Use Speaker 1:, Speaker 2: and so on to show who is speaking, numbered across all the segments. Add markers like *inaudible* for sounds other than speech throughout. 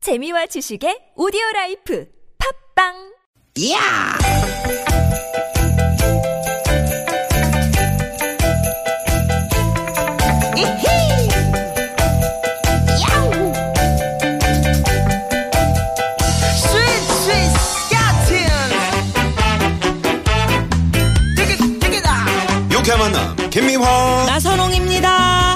Speaker 1: 재미와 지식의 오디오 라이프 팝빵
Speaker 2: 이야! 이히! 야우! 스윗, 스윗, 스틴! 되게, 되게다!
Speaker 3: 유쾌한 만남 김미화
Speaker 4: 나선홍입니다.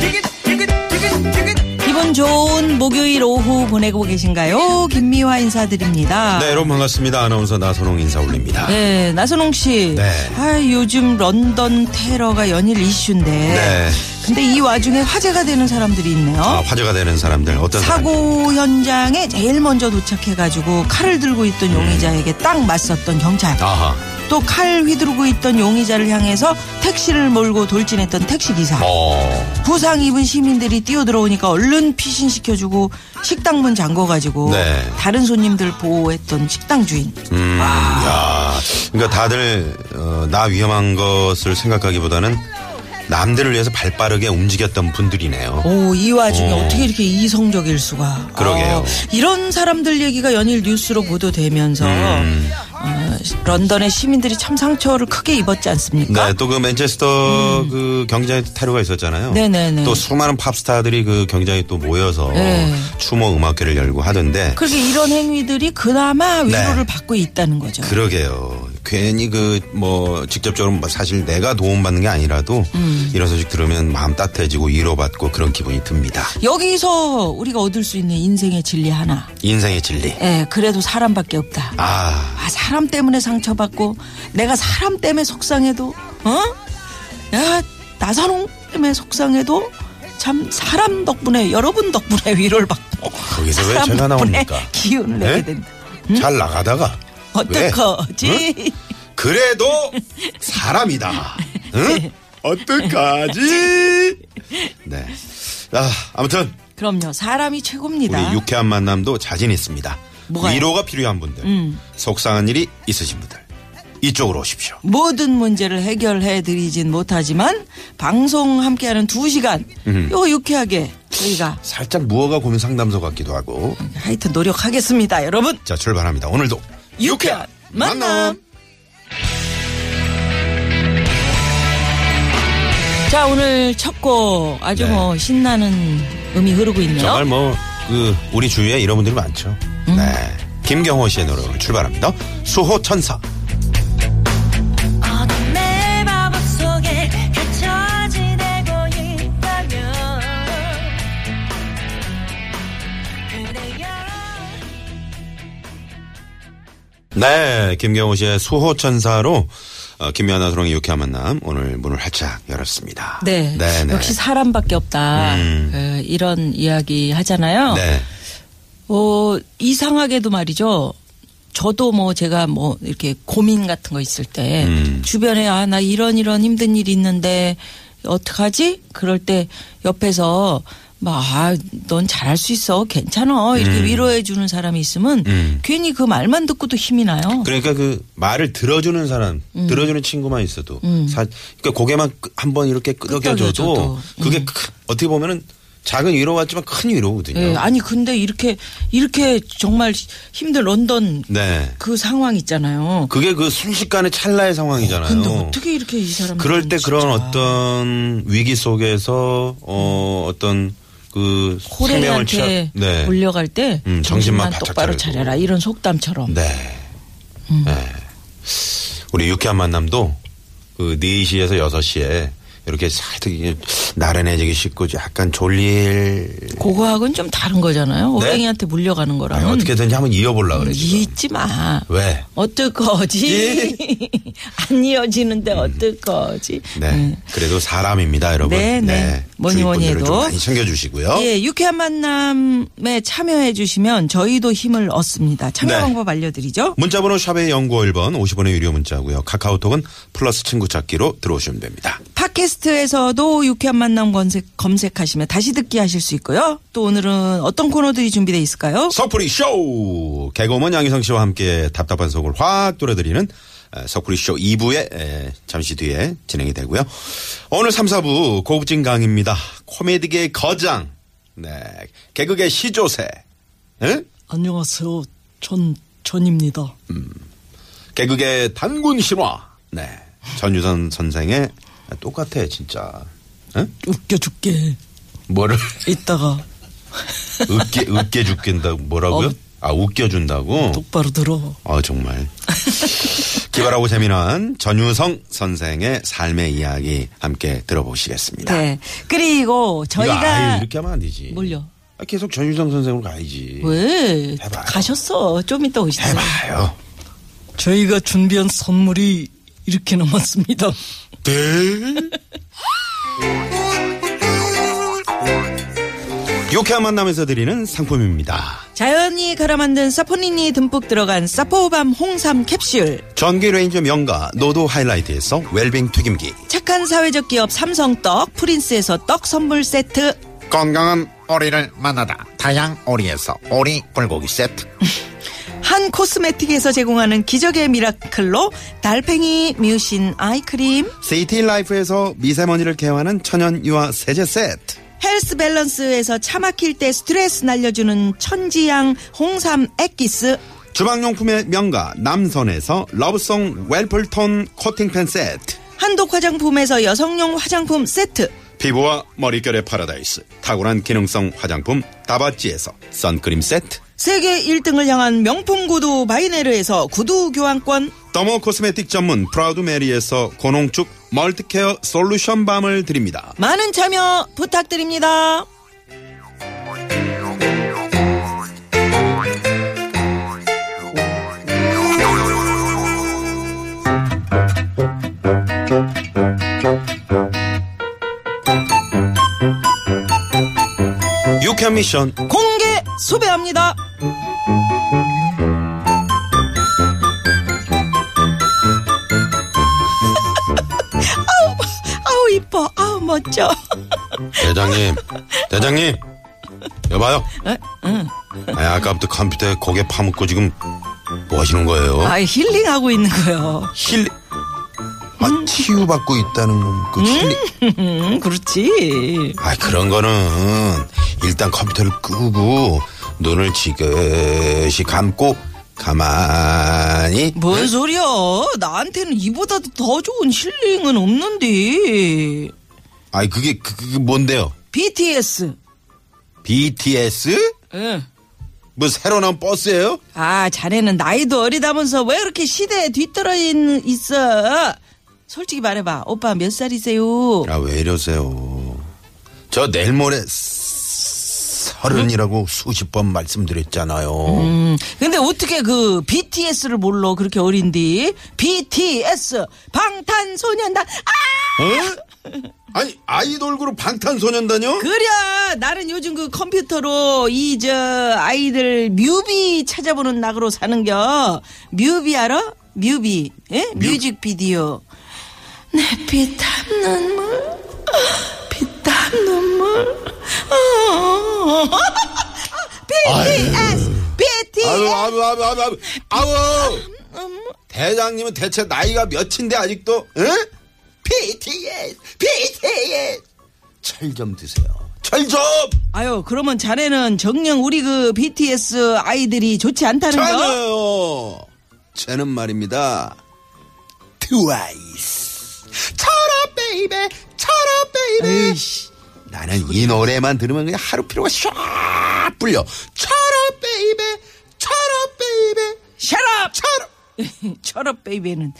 Speaker 2: 되게, 되게, 되게, 되게!
Speaker 4: 기분 좋은 목요일 오후 보내고 계신가요? 김미화 인사드립니다.
Speaker 3: 네 여러분 반갑습니다 아나운서 나선홍 인사 올립니다
Speaker 4: 네, 나선홍 씨.
Speaker 3: 네.
Speaker 4: 아, 요즘 런던 테러가 연일 이슈인데.
Speaker 3: 네.
Speaker 4: 근데 이 와중에 화제가 되는 사람들이 있네요.
Speaker 3: 아, 화제가 되는 사람들 어떤 사람들?
Speaker 4: 사고 현장에 제일 먼저 도착해가지고 칼을 들고 있던 용의자에게 딱 맞섰던 경찰.
Speaker 3: 음. 아하
Speaker 4: 또 칼 휘두르고 있던 용의자를 향해서 택시를 몰고 돌진했던 택시기사.
Speaker 3: 어
Speaker 4: 부상 입은 시민들이 뛰어들어오니까 얼른 피신시켜주고 식당 문 잠궈가지고
Speaker 3: 네.
Speaker 4: 다른 손님들 보호했던 식당 주인.
Speaker 3: 음,
Speaker 4: 아.
Speaker 3: 야, 그러니까 다들 어, 나 위험한 것을 생각하기보다는 남들을 위해서 발빠르게 움직였던 분들이네요.
Speaker 4: 오, 이 와중에
Speaker 3: 어.
Speaker 4: 어떻게 이렇게 이성적일 수가.
Speaker 3: 그러게요.
Speaker 4: 어, 이런 사람들 얘기가 연일 뉴스로 보도되면서
Speaker 3: 음.
Speaker 4: 어, 런던의 시민들이 참 상처를 크게 입었지 않습니까?
Speaker 3: 네, 또 그 맨체스터 그 경기장에 테러가 있었잖아요.
Speaker 4: 음. 네네네.
Speaker 3: 또 수많은 팝스타들이 그 경기장에 또 모여서
Speaker 4: 네.
Speaker 3: 추모 음악회를 열고 하던데
Speaker 4: 그렇게 이런 행위들이 그나마 위로를
Speaker 3: 네.
Speaker 4: 받고 있다는 거죠.
Speaker 3: 그러게요. 괜히 그 뭐 직접적으로 뭐 사실 내가 도움받는 게 아니라도
Speaker 4: 음.
Speaker 3: 이런 소식 들으면 마음 따뜻해지고 위로받고 그런 기분이 듭니다.
Speaker 4: 여기서 우리가 얻을 수 있는 인생의 진리 하나.
Speaker 3: 인생의 진리.
Speaker 4: 예, 그래도 사람밖에 없다.
Speaker 3: 아,
Speaker 4: 아, 사람 때문에 상처받고 내가 사람 때문에 속상해도 어? 야 나선홍 때문에 속상해도 참 사람 덕분에 여러분 덕분에 위로를 받고
Speaker 3: 거기서 왜
Speaker 4: 사람
Speaker 3: 제가
Speaker 4: 덕분에
Speaker 3: 나옵니까?
Speaker 4: 기운을
Speaker 3: 네?
Speaker 4: 내게 된다. 음?
Speaker 3: 잘 나가다가 왜? 네? 응?
Speaker 4: 어떡하지?
Speaker 3: 그래도
Speaker 4: *laughs*
Speaker 3: 사람이다. 응?
Speaker 4: 네.
Speaker 3: 어떡하지? 네. 아, 아무튼
Speaker 4: 그럼요. 사람이
Speaker 3: 우리
Speaker 4: 최고입니다.
Speaker 3: 유쾌한 만남도 자신 있습니다.
Speaker 4: 뭐가요? 음.
Speaker 3: 위로가 필요한 분들, 속상한 일이 있으신 분들 이쪽으로 오십시오.
Speaker 4: 모든 문제를 해결해 드리진 못하지만 방송 함께하는 두 시간
Speaker 3: 음.
Speaker 4: 요 유쾌하게 저희가
Speaker 3: 살짝 무허가 고민 상담소 같기도 하고
Speaker 4: 하여튼 노력하겠습니다, 여러분.
Speaker 3: 자 출발합니다. 오늘도
Speaker 4: 유쾌한 만남. 자 오늘 첫 곡 아주
Speaker 3: 네.
Speaker 4: 뭐 신나는 음이 흐르고 있네요.
Speaker 3: 정말 뭐 그 우리 주위에 이런 분들이 많죠.
Speaker 4: 음.
Speaker 3: 네. 김경호 씨의 노래로 출발합니다. 수호 천사.
Speaker 5: 어둠의 마법 속에 갇혀 지내고 있다면 그대여
Speaker 3: 네, 김경호 씨의 수호 천사로 어, 김연아 소롱의 유쾌한 만남 오늘 문을 활짝 열었습니다.
Speaker 4: 네.
Speaker 3: 네, 네.
Speaker 4: 역시 사람밖에 없다.
Speaker 3: 음.
Speaker 4: 그 이런 이야기 하잖아요.
Speaker 3: 네.
Speaker 4: 어, 이상하게도 말이죠. 저도 뭐 제가 뭐 이렇게 고민 같은 거 있을 때
Speaker 3: 음.
Speaker 4: 주변에 아, 나 이런 이런 힘든 일이 있는데 어떡하지? 그럴 때 옆에서 막, 아, 넌 잘할 수 있어. 괜찮아. 이렇게 위로해 주는 사람이 있으면
Speaker 3: 음.
Speaker 4: 괜히 그 말만 듣고도 힘이 나요.
Speaker 3: 그러니까 그 말을 들어주는 사람,
Speaker 4: 음.
Speaker 3: 들어주는 친구만 있어도 사, 그러니까 고개만 끄- 한번 이렇게 끄덕여줘도
Speaker 4: 끄덕여줘도. 음.
Speaker 3: 그게 크- 어떻게 보면은 작은 위로 같지만 큰 위로거든요.
Speaker 4: 예, 아니 근데 이렇게 이렇게 정말 힘든 런던
Speaker 3: 네.
Speaker 4: 그 상황 있잖아요.
Speaker 3: 그게 그 순식간의 찰나의 상황이잖아요.
Speaker 4: 근데 어떻게 이렇게 이 사람
Speaker 3: 그럴 때 그런 어떤 위기 속에서
Speaker 4: 음.
Speaker 3: 어 어떤 그 생명을 취하
Speaker 4: 호랭이한테
Speaker 3: 네.
Speaker 4: 몰려갈 때
Speaker 3: 음, 정신만
Speaker 4: 정신만
Speaker 3: 바짝
Speaker 4: 똑바로
Speaker 3: 차리고.
Speaker 4: 차려라 이런 속담처럼
Speaker 3: 네.
Speaker 4: 음.
Speaker 3: 네. 우리 유쾌한 만남도 그 4시에서 6시에 이렇게 살짝 이게 나른해지기 쉽고 약간 졸릴
Speaker 4: 그거하고는 좀 다른 거잖아요. 호랭이한테 물려가는
Speaker 3: 네. 아니,
Speaker 4: 거랑
Speaker 3: 어떻게든지 한번 이어보려 그래 지금.
Speaker 4: 잊지 마.
Speaker 3: 왜? 예.
Speaker 4: 어떨 거지? *laughs* 안 이어지는데 어떨 거지?
Speaker 3: 음. 네.
Speaker 4: 음.
Speaker 3: 그래도 사람입니다, 여러분.
Speaker 4: 네, 네. 뭐니
Speaker 3: 주위
Speaker 4: 뭐니
Speaker 3: 분들을 좀
Speaker 4: 해도.
Speaker 3: 많이 챙겨 주시고요.
Speaker 4: 예, 유쾌한 만남에 참여해 주시면 저희도 힘을 얻습니다. 참여
Speaker 3: 네.
Speaker 4: 방법 알려드리죠.
Speaker 3: 문자번호 샵의 0951번 50원의 유료 문자고요. 카카오톡은 플러스 친구 찾기로 들어오시면 됩니다.
Speaker 4: 팟캐스트에서도 유쾌한 만남 검색, 검색하시면 다시 듣기 하실 수 있고요. 또 오늘은 어떤 코너들이 준비되어 있을까요?
Speaker 3: 석풀이 쇼 개그우먼 양희성 씨와 함께 답답한 속을 확 뚫어드리는 에, 석구리쇼 2부에 잠시 뒤에 진행이 되고요. 오늘 3, 4부 고급진 강입니다. 코미디계의 거장, 네, 개그계 시조세, 응?
Speaker 4: 안녕하세요. 전, 전입니다.
Speaker 3: 개그계 단군 신화, 네, 전유선 선생의 똑같아 진짜. 응?
Speaker 4: 웃겨 죽게.
Speaker 3: 뭐를
Speaker 4: 이따가
Speaker 3: 으깨 으깨 죽긴다고 뭐라고요?
Speaker 4: 어.
Speaker 3: 아 웃겨준다고.
Speaker 4: 똑바로 들어.
Speaker 3: 아 정말 기발하고 재미난 전유성 선생의 삶의 이야기 함께 들어보시겠습니다.
Speaker 4: 네. 그리고
Speaker 3: 이거 아예
Speaker 4: 저희가
Speaker 3: 이렇게 하면 안 되지.
Speaker 4: 뭘요?
Speaker 3: 아, 계속 전유성 선생으로 가야지.
Speaker 4: 왜
Speaker 3: 해봐요.
Speaker 4: 가셨어? 좀 이따 오시세요.
Speaker 3: 해봐요.
Speaker 4: 저희가 준비한 선물이 이렇게 남았습니다.
Speaker 3: 네? 유쾌한 만남에서 드리는 상품입니다.
Speaker 4: 자연이 갈아 만든 사포닌이 듬뿍 들어간 사포밤 홍삼 캡슐.
Speaker 3: 전기 레인저 명가 노도 하이라이트에서 웰빙 튀김기.
Speaker 4: 착한 사회적 기업 삼성떡 프린스에서 떡 선물 세트.
Speaker 6: 건강한 오리를 만나다 다양 오리에서 오리 불고기 세트
Speaker 4: 한 코스메틱에서 제공하는 기적의 미라클로 달팽이 뮤신 아이크림.
Speaker 3: 세이티 라이프에서 미세먼지를 개화하는 천연 유화 세제 세트.
Speaker 4: 헬스 밸런스에서 차 막힐 때 스트레스 날려주는 천지향 홍삼 액기스.
Speaker 3: 주방용품의 명가 남선에서 러브송 웰플톤 코팅팬 세트.
Speaker 4: 한독 화장품에서 여성용 화장품 세트.
Speaker 3: 피부와 머릿결의 파라다이스 탁월한 기능성 화장품 다바찌에서 선크림 세트
Speaker 4: 세계 1등을 향한 명품 구두 바이네르에서 구두 교환권.
Speaker 3: 더모 코스메틱 전문 프라우드 메리에서 고농축 멀티케어 솔루션 밤을 드립니다
Speaker 4: 많은 참여 부탁드립니다.
Speaker 3: 유캔 미션
Speaker 4: 공개 수배합니다. *laughs* 아우, 아우 이뻐. 아우 멋져.
Speaker 3: 대장님 대장님 여봐요 아, 아까부터 컴퓨터에 고개 파묻고 지금 뭐 하시는 거예요?
Speaker 4: 아 힐링하고 있는 거요.
Speaker 3: 힐 아, 치유받고 있다는 건그 힐링
Speaker 4: 음 그렇지.
Speaker 3: 아 그런 거는 일단 컴퓨터를 끄고 눈을 지그시 감고 가만히 네?
Speaker 4: 뭔 소리야? 나한테는 이보다도 더 좋은 힐링은 없는데.
Speaker 3: 아이 그게 그- 그게 뭔데요?
Speaker 4: BTS.
Speaker 3: BTS?
Speaker 4: 응.
Speaker 3: 뭐 새로 나온 버스예요?
Speaker 4: 아, 자네는 나이도 어리다면서 왜 그렇게 시대에 뒤떨어 있- 있어? 솔직히 말해봐. 오빠 몇 살이세요?
Speaker 3: 아 왜 이러세요? 저 내일 모레 스- 서른이라고 수십 번 말씀드렸잖아요.
Speaker 4: 음, 근데 어떻게 그 BTS를 몰라 그렇게 어린디? BTS 방탄소년단. 아!
Speaker 3: 어? 아니 아이돌 그룹 방탄소년단요?
Speaker 4: 그래 나는 요즘 그 컴퓨터로 이 저 아이들 뮤비 찾아보는 낙으로 사는겨 뮤비 알아? 뮤비 예? 뮤직비디오 내 피땀 눈물 피땀 눈물 어. *laughs* BTS BTS
Speaker 3: 아유 아유 아유 아유 아유 아우 대장님은 대체 나이가 몇인데 아직도 예? 응? BTS BTS 철 좀 드세요 철 좀
Speaker 4: 아유 그러면 자네는 정녕 우리 그 BTS 아이들이 좋지 않다는 거?
Speaker 3: 찾아요 쟤는 말입니다 트와이스 철업 베이베 철업 베이베 나는 이 노래만 들으면 그냥 하루 피로가 샥 풀려 철업 베이베 철업 베이베
Speaker 4: 샤랍
Speaker 3: 철업
Speaker 4: *laughs* 철업 베이비는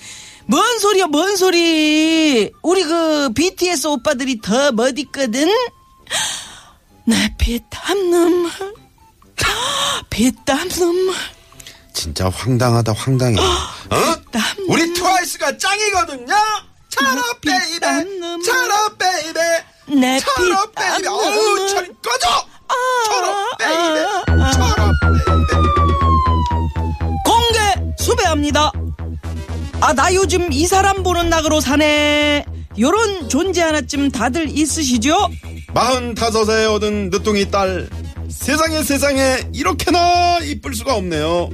Speaker 4: 뭔 소리야 뭔 소리 우리 그 BTS 오빠들이 더 멋있거든 내 피땀 눈물 *gasps* 피땀 눈물
Speaker 3: 진짜 황당하다 황당해. 어?
Speaker 4: 땀
Speaker 3: 우리 트와이스가 짱이거든요. 차라 베이베,
Speaker 4: 땀 눈물.
Speaker 3: 차라 베이베,
Speaker 4: 내
Speaker 3: 차라
Speaker 4: 피땀
Speaker 3: 베이베.
Speaker 4: 눈물.
Speaker 3: 어우 철 꺼져.
Speaker 4: 아,
Speaker 3: 차라 베이베, 차라 베이베.
Speaker 4: 공개 수배합니다 아 나 요즘 이 사람 보는 낙으로 사네 요런 존재 하나쯤 다들 있으시죠
Speaker 3: 마흔 다섯에 얻은 늦둥이 딸. 세상에 세상에 이렇게나 이쁠 수가 없네요.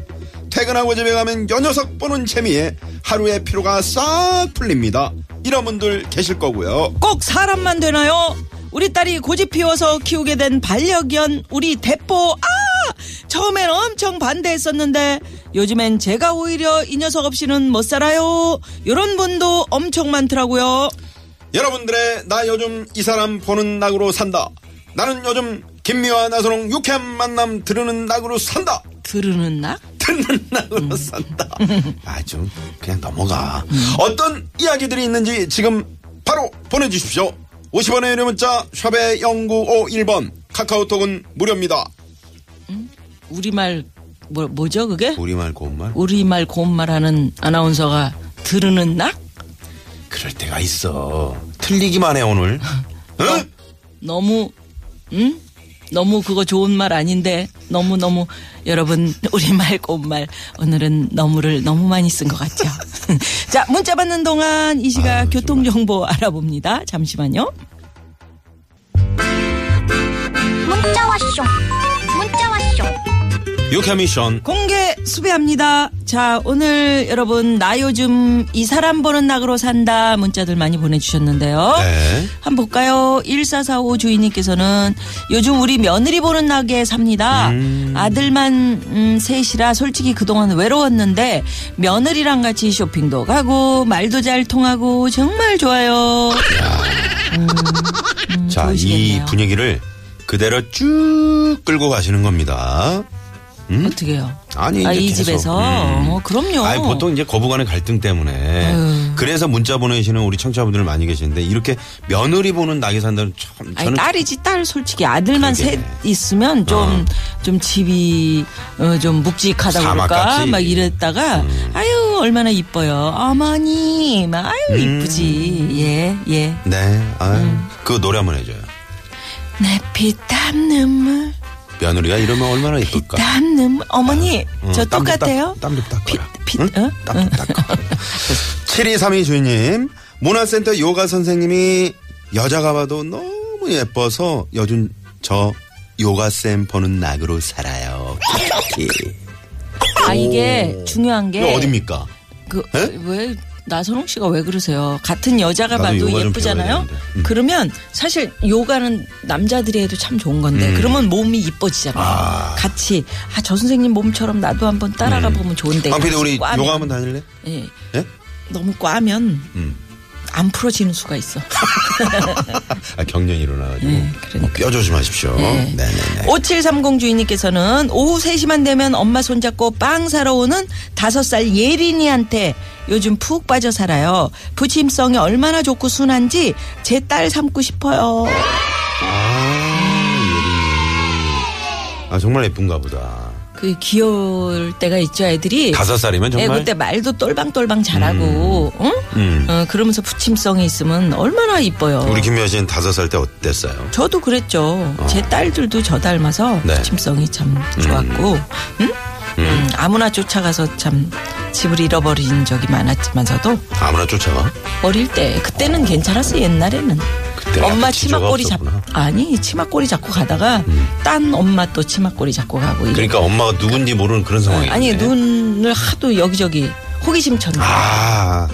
Speaker 3: 퇴근하고 집에 가면 여 녀석 보는 재미에 하루의 피로가 싹 풀립니다. 이런 분들 계실 거고요.
Speaker 4: 꼭 사람만 되나요? 우리 딸이 고집 피워서 키우게 된 반려견 우리 대포 아 처음엔 엄청 반대했었는데 요즘엔 제가 오히려 이 녀석 없이는 못 살아요 요런 분도 엄청 많더라고요
Speaker 3: 여러분들의 나 요즘 이 사람 보는 낙으로 산다. 나는 요즘 김미화 나선홍 유쾌한 만남 들으는 낙으로 산다. *laughs*
Speaker 4: 들으는 낙?
Speaker 3: 듣는 낙으로 산다. 아주 그냥 넘어가. 어떤 이야기들이 있는지 지금 바로 보내주십시오. 50원의 유료 문자 샵의 0951번 카카오톡은 무료입니다.
Speaker 4: 우리말 뭐, 뭐죠 그게?
Speaker 3: 우리말 고운말?
Speaker 4: 우리말 고운말하는 아나운서가 들으는 낙?
Speaker 3: 그럴 때가 있어. 틀리기만 해 오늘. 응?
Speaker 4: 너무 응? 너무 그거 좋은 말 아닌데 너무 너무 여러분 우리말 꼰말 오늘은 너무를 너무 많이 쓴 것 같죠. *laughs* 자 문자 받는 동안 이 시각
Speaker 3: 아유,
Speaker 4: 교통 정보 알아봅니다. 잠시만요.
Speaker 7: 문자 왔쇼 문자 왔쇼
Speaker 3: 유캐미션
Speaker 4: 공개 수배합니다. 자 오늘 여러분 나 요즘 이 사람 보는 낙으로 산다 문자들 많이 보내주셨는데요.
Speaker 3: 네.
Speaker 4: 한번 볼까요? 1445 주인님께서는 요즘 우리 며느리 보는 낙에 삽니다. 아들만 음, 셋이라 솔직히 그동안 외로웠는데 며느리랑 같이 쇼핑도 가고 말도 잘 통하고 정말 좋아요. 음,
Speaker 3: 자, 이
Speaker 4: 보이시겠네요.
Speaker 3: 분위기를 그대로 쭉 끌고 가시는 겁니다.
Speaker 4: 어떻게요?
Speaker 3: 아니,
Speaker 4: 아,
Speaker 3: 음? 이제
Speaker 4: 이
Speaker 3: 계속.
Speaker 4: 집에서
Speaker 3: 음.
Speaker 4: 어, 음. 그럼요.
Speaker 3: 아니, 보통 이제 거부간의 갈등 때문에
Speaker 4: 아유.
Speaker 3: 그래서 문자 보내시는 우리 청취자분들 많이 계시는데 이렇게 며느리 보는 낙이 산다는 참
Speaker 4: 아니,
Speaker 3: 저는
Speaker 4: 딸이지 딸 솔직히 아들만
Speaker 3: 그러게. 어.
Speaker 4: 셋 있으면 좀 좀 집이 어, 좀 묵직하다고 그럴까
Speaker 3: 사막같이. 음.
Speaker 4: 막 이랬다가 아유 얼마나 이뻐요 어머니 막 아유
Speaker 3: 음.
Speaker 4: 이쁘지 예예
Speaker 3: 네. 아,
Speaker 4: 음.
Speaker 3: 그 노래 한번 해 줘요.
Speaker 4: 내 피땀 눈물
Speaker 3: 며느리가 이러면 얼마나 이쁠까?
Speaker 4: 땀 눈물 어머니
Speaker 3: 어,
Speaker 4: 저
Speaker 3: 땀 좀
Speaker 4: 똑같아요
Speaker 3: 닦- 땀좀 닦아라.
Speaker 4: 피-
Speaker 3: 응?
Speaker 4: 어?
Speaker 3: 땀좀
Speaker 4: *laughs*
Speaker 3: 닦아. 7232 주인님, 문화센터 요가 선생님이 여자가 봐도 너무 예뻐서 요즘 저 요가쌤 보는 낙으로 살아요. 키키.
Speaker 4: 아 이게 중요한
Speaker 3: 이거
Speaker 4: 게
Speaker 3: 어딥니까? 에?
Speaker 4: 그 왜 나선홍 씨가 왜 그러세요? 같은 여자가
Speaker 3: 나도
Speaker 4: 봐도
Speaker 3: 요가 좀 배워야
Speaker 4: 예쁘잖아요.
Speaker 3: 되는데. 음.
Speaker 4: 그러면 사실 요가는 남자들이 해도 참 좋은
Speaker 3: 음.
Speaker 4: 건데 그러면 몸이 이뻐지잖아요. 같이 아 저 선생님 몸처럼 나도 한번 따라가 보면 좋은데.
Speaker 3: 황피디 네. 아, 우리
Speaker 4: 꽈면,
Speaker 3: 요가 한번 다닐래?
Speaker 4: 예,
Speaker 3: 예?
Speaker 4: 너무 꽈면
Speaker 3: 음.
Speaker 4: 안 풀어지는 수가 있어.
Speaker 3: 아, 경련이 일어나가지고.
Speaker 4: 네, 그러니까.
Speaker 3: 뼈 조심하십시오.
Speaker 4: 네.
Speaker 3: 네. 네네
Speaker 4: 5730 주인님께서는 오후 3시만 되면 엄마 손잡고 빵 사러 오는 5살 예린이한테 요즘 푹 빠져 살아요. 부침성이 얼마나 좋고 순한지 제 딸 삼고 싶어요.
Speaker 3: 아, 정말 예쁜가 보다.
Speaker 4: 그 귀여울 때가 있죠, 애들이.
Speaker 3: 다섯 살이면
Speaker 4: 예,
Speaker 3: 정말.
Speaker 4: 그때 말도 똘방똘방 잘하고, 응?
Speaker 3: 음.
Speaker 4: 어, 그러면서 부침성이 있으면 얼마나 이뻐요.
Speaker 3: 우리 김미아 씨는 다섯 살 때 어땠어요?
Speaker 4: 저도 그랬죠. 제 딸들도 저 닮아서
Speaker 3: 어. 네.
Speaker 4: 부침성이 참 좋았고, 응? 음, 아무나 쫓아가서 참 집을 잃어버린 적이 많았지만서도
Speaker 3: 아무나 쫓아가?
Speaker 4: 어릴 때 그때는 괜찮았어 옛날에는
Speaker 3: 그때
Speaker 4: 엄마
Speaker 3: 약간 지저가
Speaker 4: 치마꼬리 잡
Speaker 3: 없었구나. 음.
Speaker 4: 아니 치마꼬리 잡고 가다가 딴 엄마 또 치마꼬리 잡고 가고 이래.
Speaker 3: 그러니까 엄마가 누군지 모르는 그런 상황이
Speaker 4: 아니 눈을 하도 여기저기 호기심 쳤네
Speaker 3: 아,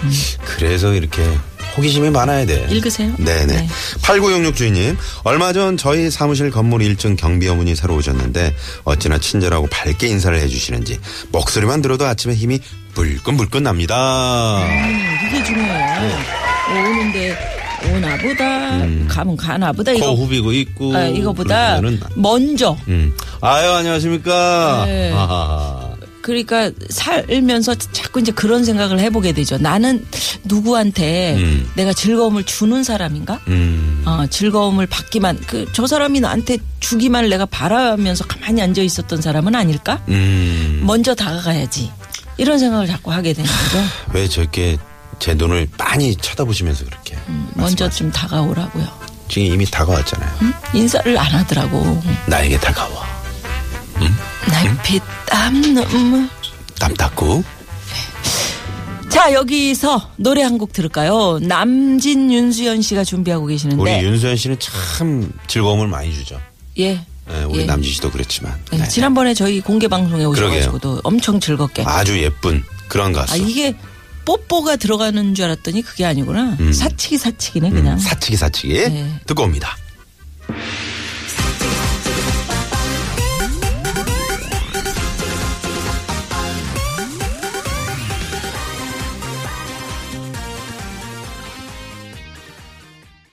Speaker 3: 그래서 이렇게 호기심이 많아야 돼.
Speaker 4: 읽으세요.
Speaker 3: 네네.
Speaker 4: 네.
Speaker 3: 8966 주인님, 얼마 전 저희 사무실 건물 1층 경비 어머니 새로 오셨는데 어찌나 친절하고 밝게 인사를 해주시는지 목소리만 들어도 아침에 힘이 불끈불끈 납니다.
Speaker 4: 네. 이게 중요해요
Speaker 3: 네.
Speaker 4: 오는데 오나 보다
Speaker 3: 음.
Speaker 4: 가면 가나 보다
Speaker 3: 코
Speaker 4: 이거
Speaker 3: 후비고 있고.
Speaker 4: 아, 이거보다
Speaker 3: 그러면은,
Speaker 4: 먼저
Speaker 3: 음. 아유, 안녕하십니까.
Speaker 4: 네.
Speaker 3: 아하.
Speaker 4: 그러니까 살면서 자꾸 이제 그런 생각을 해보게 되죠 나는 누구한테
Speaker 3: 음.
Speaker 4: 내가 즐거움을 주는 사람인가
Speaker 3: 음.
Speaker 4: 어, 즐거움을 받기만 그 저 사람이 나한테 주기만 내가 바라면서 가만히 앉아 있었던 사람은 아닐까?
Speaker 3: 음.
Speaker 4: 먼저 다가가야지. 이런 생각을 자꾸 하게 되는
Speaker 3: *laughs*
Speaker 4: 거죠.
Speaker 3: 왜 저렇게 제 눈을 많이 쳐다보시면서 그렇게.
Speaker 4: 먼저 좀 다가오라고요.
Speaker 3: 지금 이미 다가왔잖아요.
Speaker 4: 음? 인사를 안 하더라고.
Speaker 3: 나에게 다가와. 음.
Speaker 4: 날피땀 눈물.
Speaker 3: 땀 닦고.
Speaker 4: 자 여기서 노래 한 곡 들을까요? 남진 윤수연 씨가 준비하고 계시는데
Speaker 3: 우리 윤수연 씨는 참 즐거움을 많이 주죠.
Speaker 4: 예.
Speaker 3: 예, 우리
Speaker 4: 예.
Speaker 3: 남진 씨도 그랬지만.
Speaker 4: 예,
Speaker 3: 네.
Speaker 4: 지난번에 저희 공개 방송에
Speaker 3: 그러게요.
Speaker 4: 오셔가지고도 엄청 즐겁게. 아,
Speaker 3: 아주 예쁜 그런 가수.
Speaker 4: 이게 뽀뽀가 들어가는 줄 알았더니 그게 아니구나. 사치기 사치기네 그냥.
Speaker 3: 음. 사치기 사치기
Speaker 4: 네.
Speaker 3: 듣고 옵니다.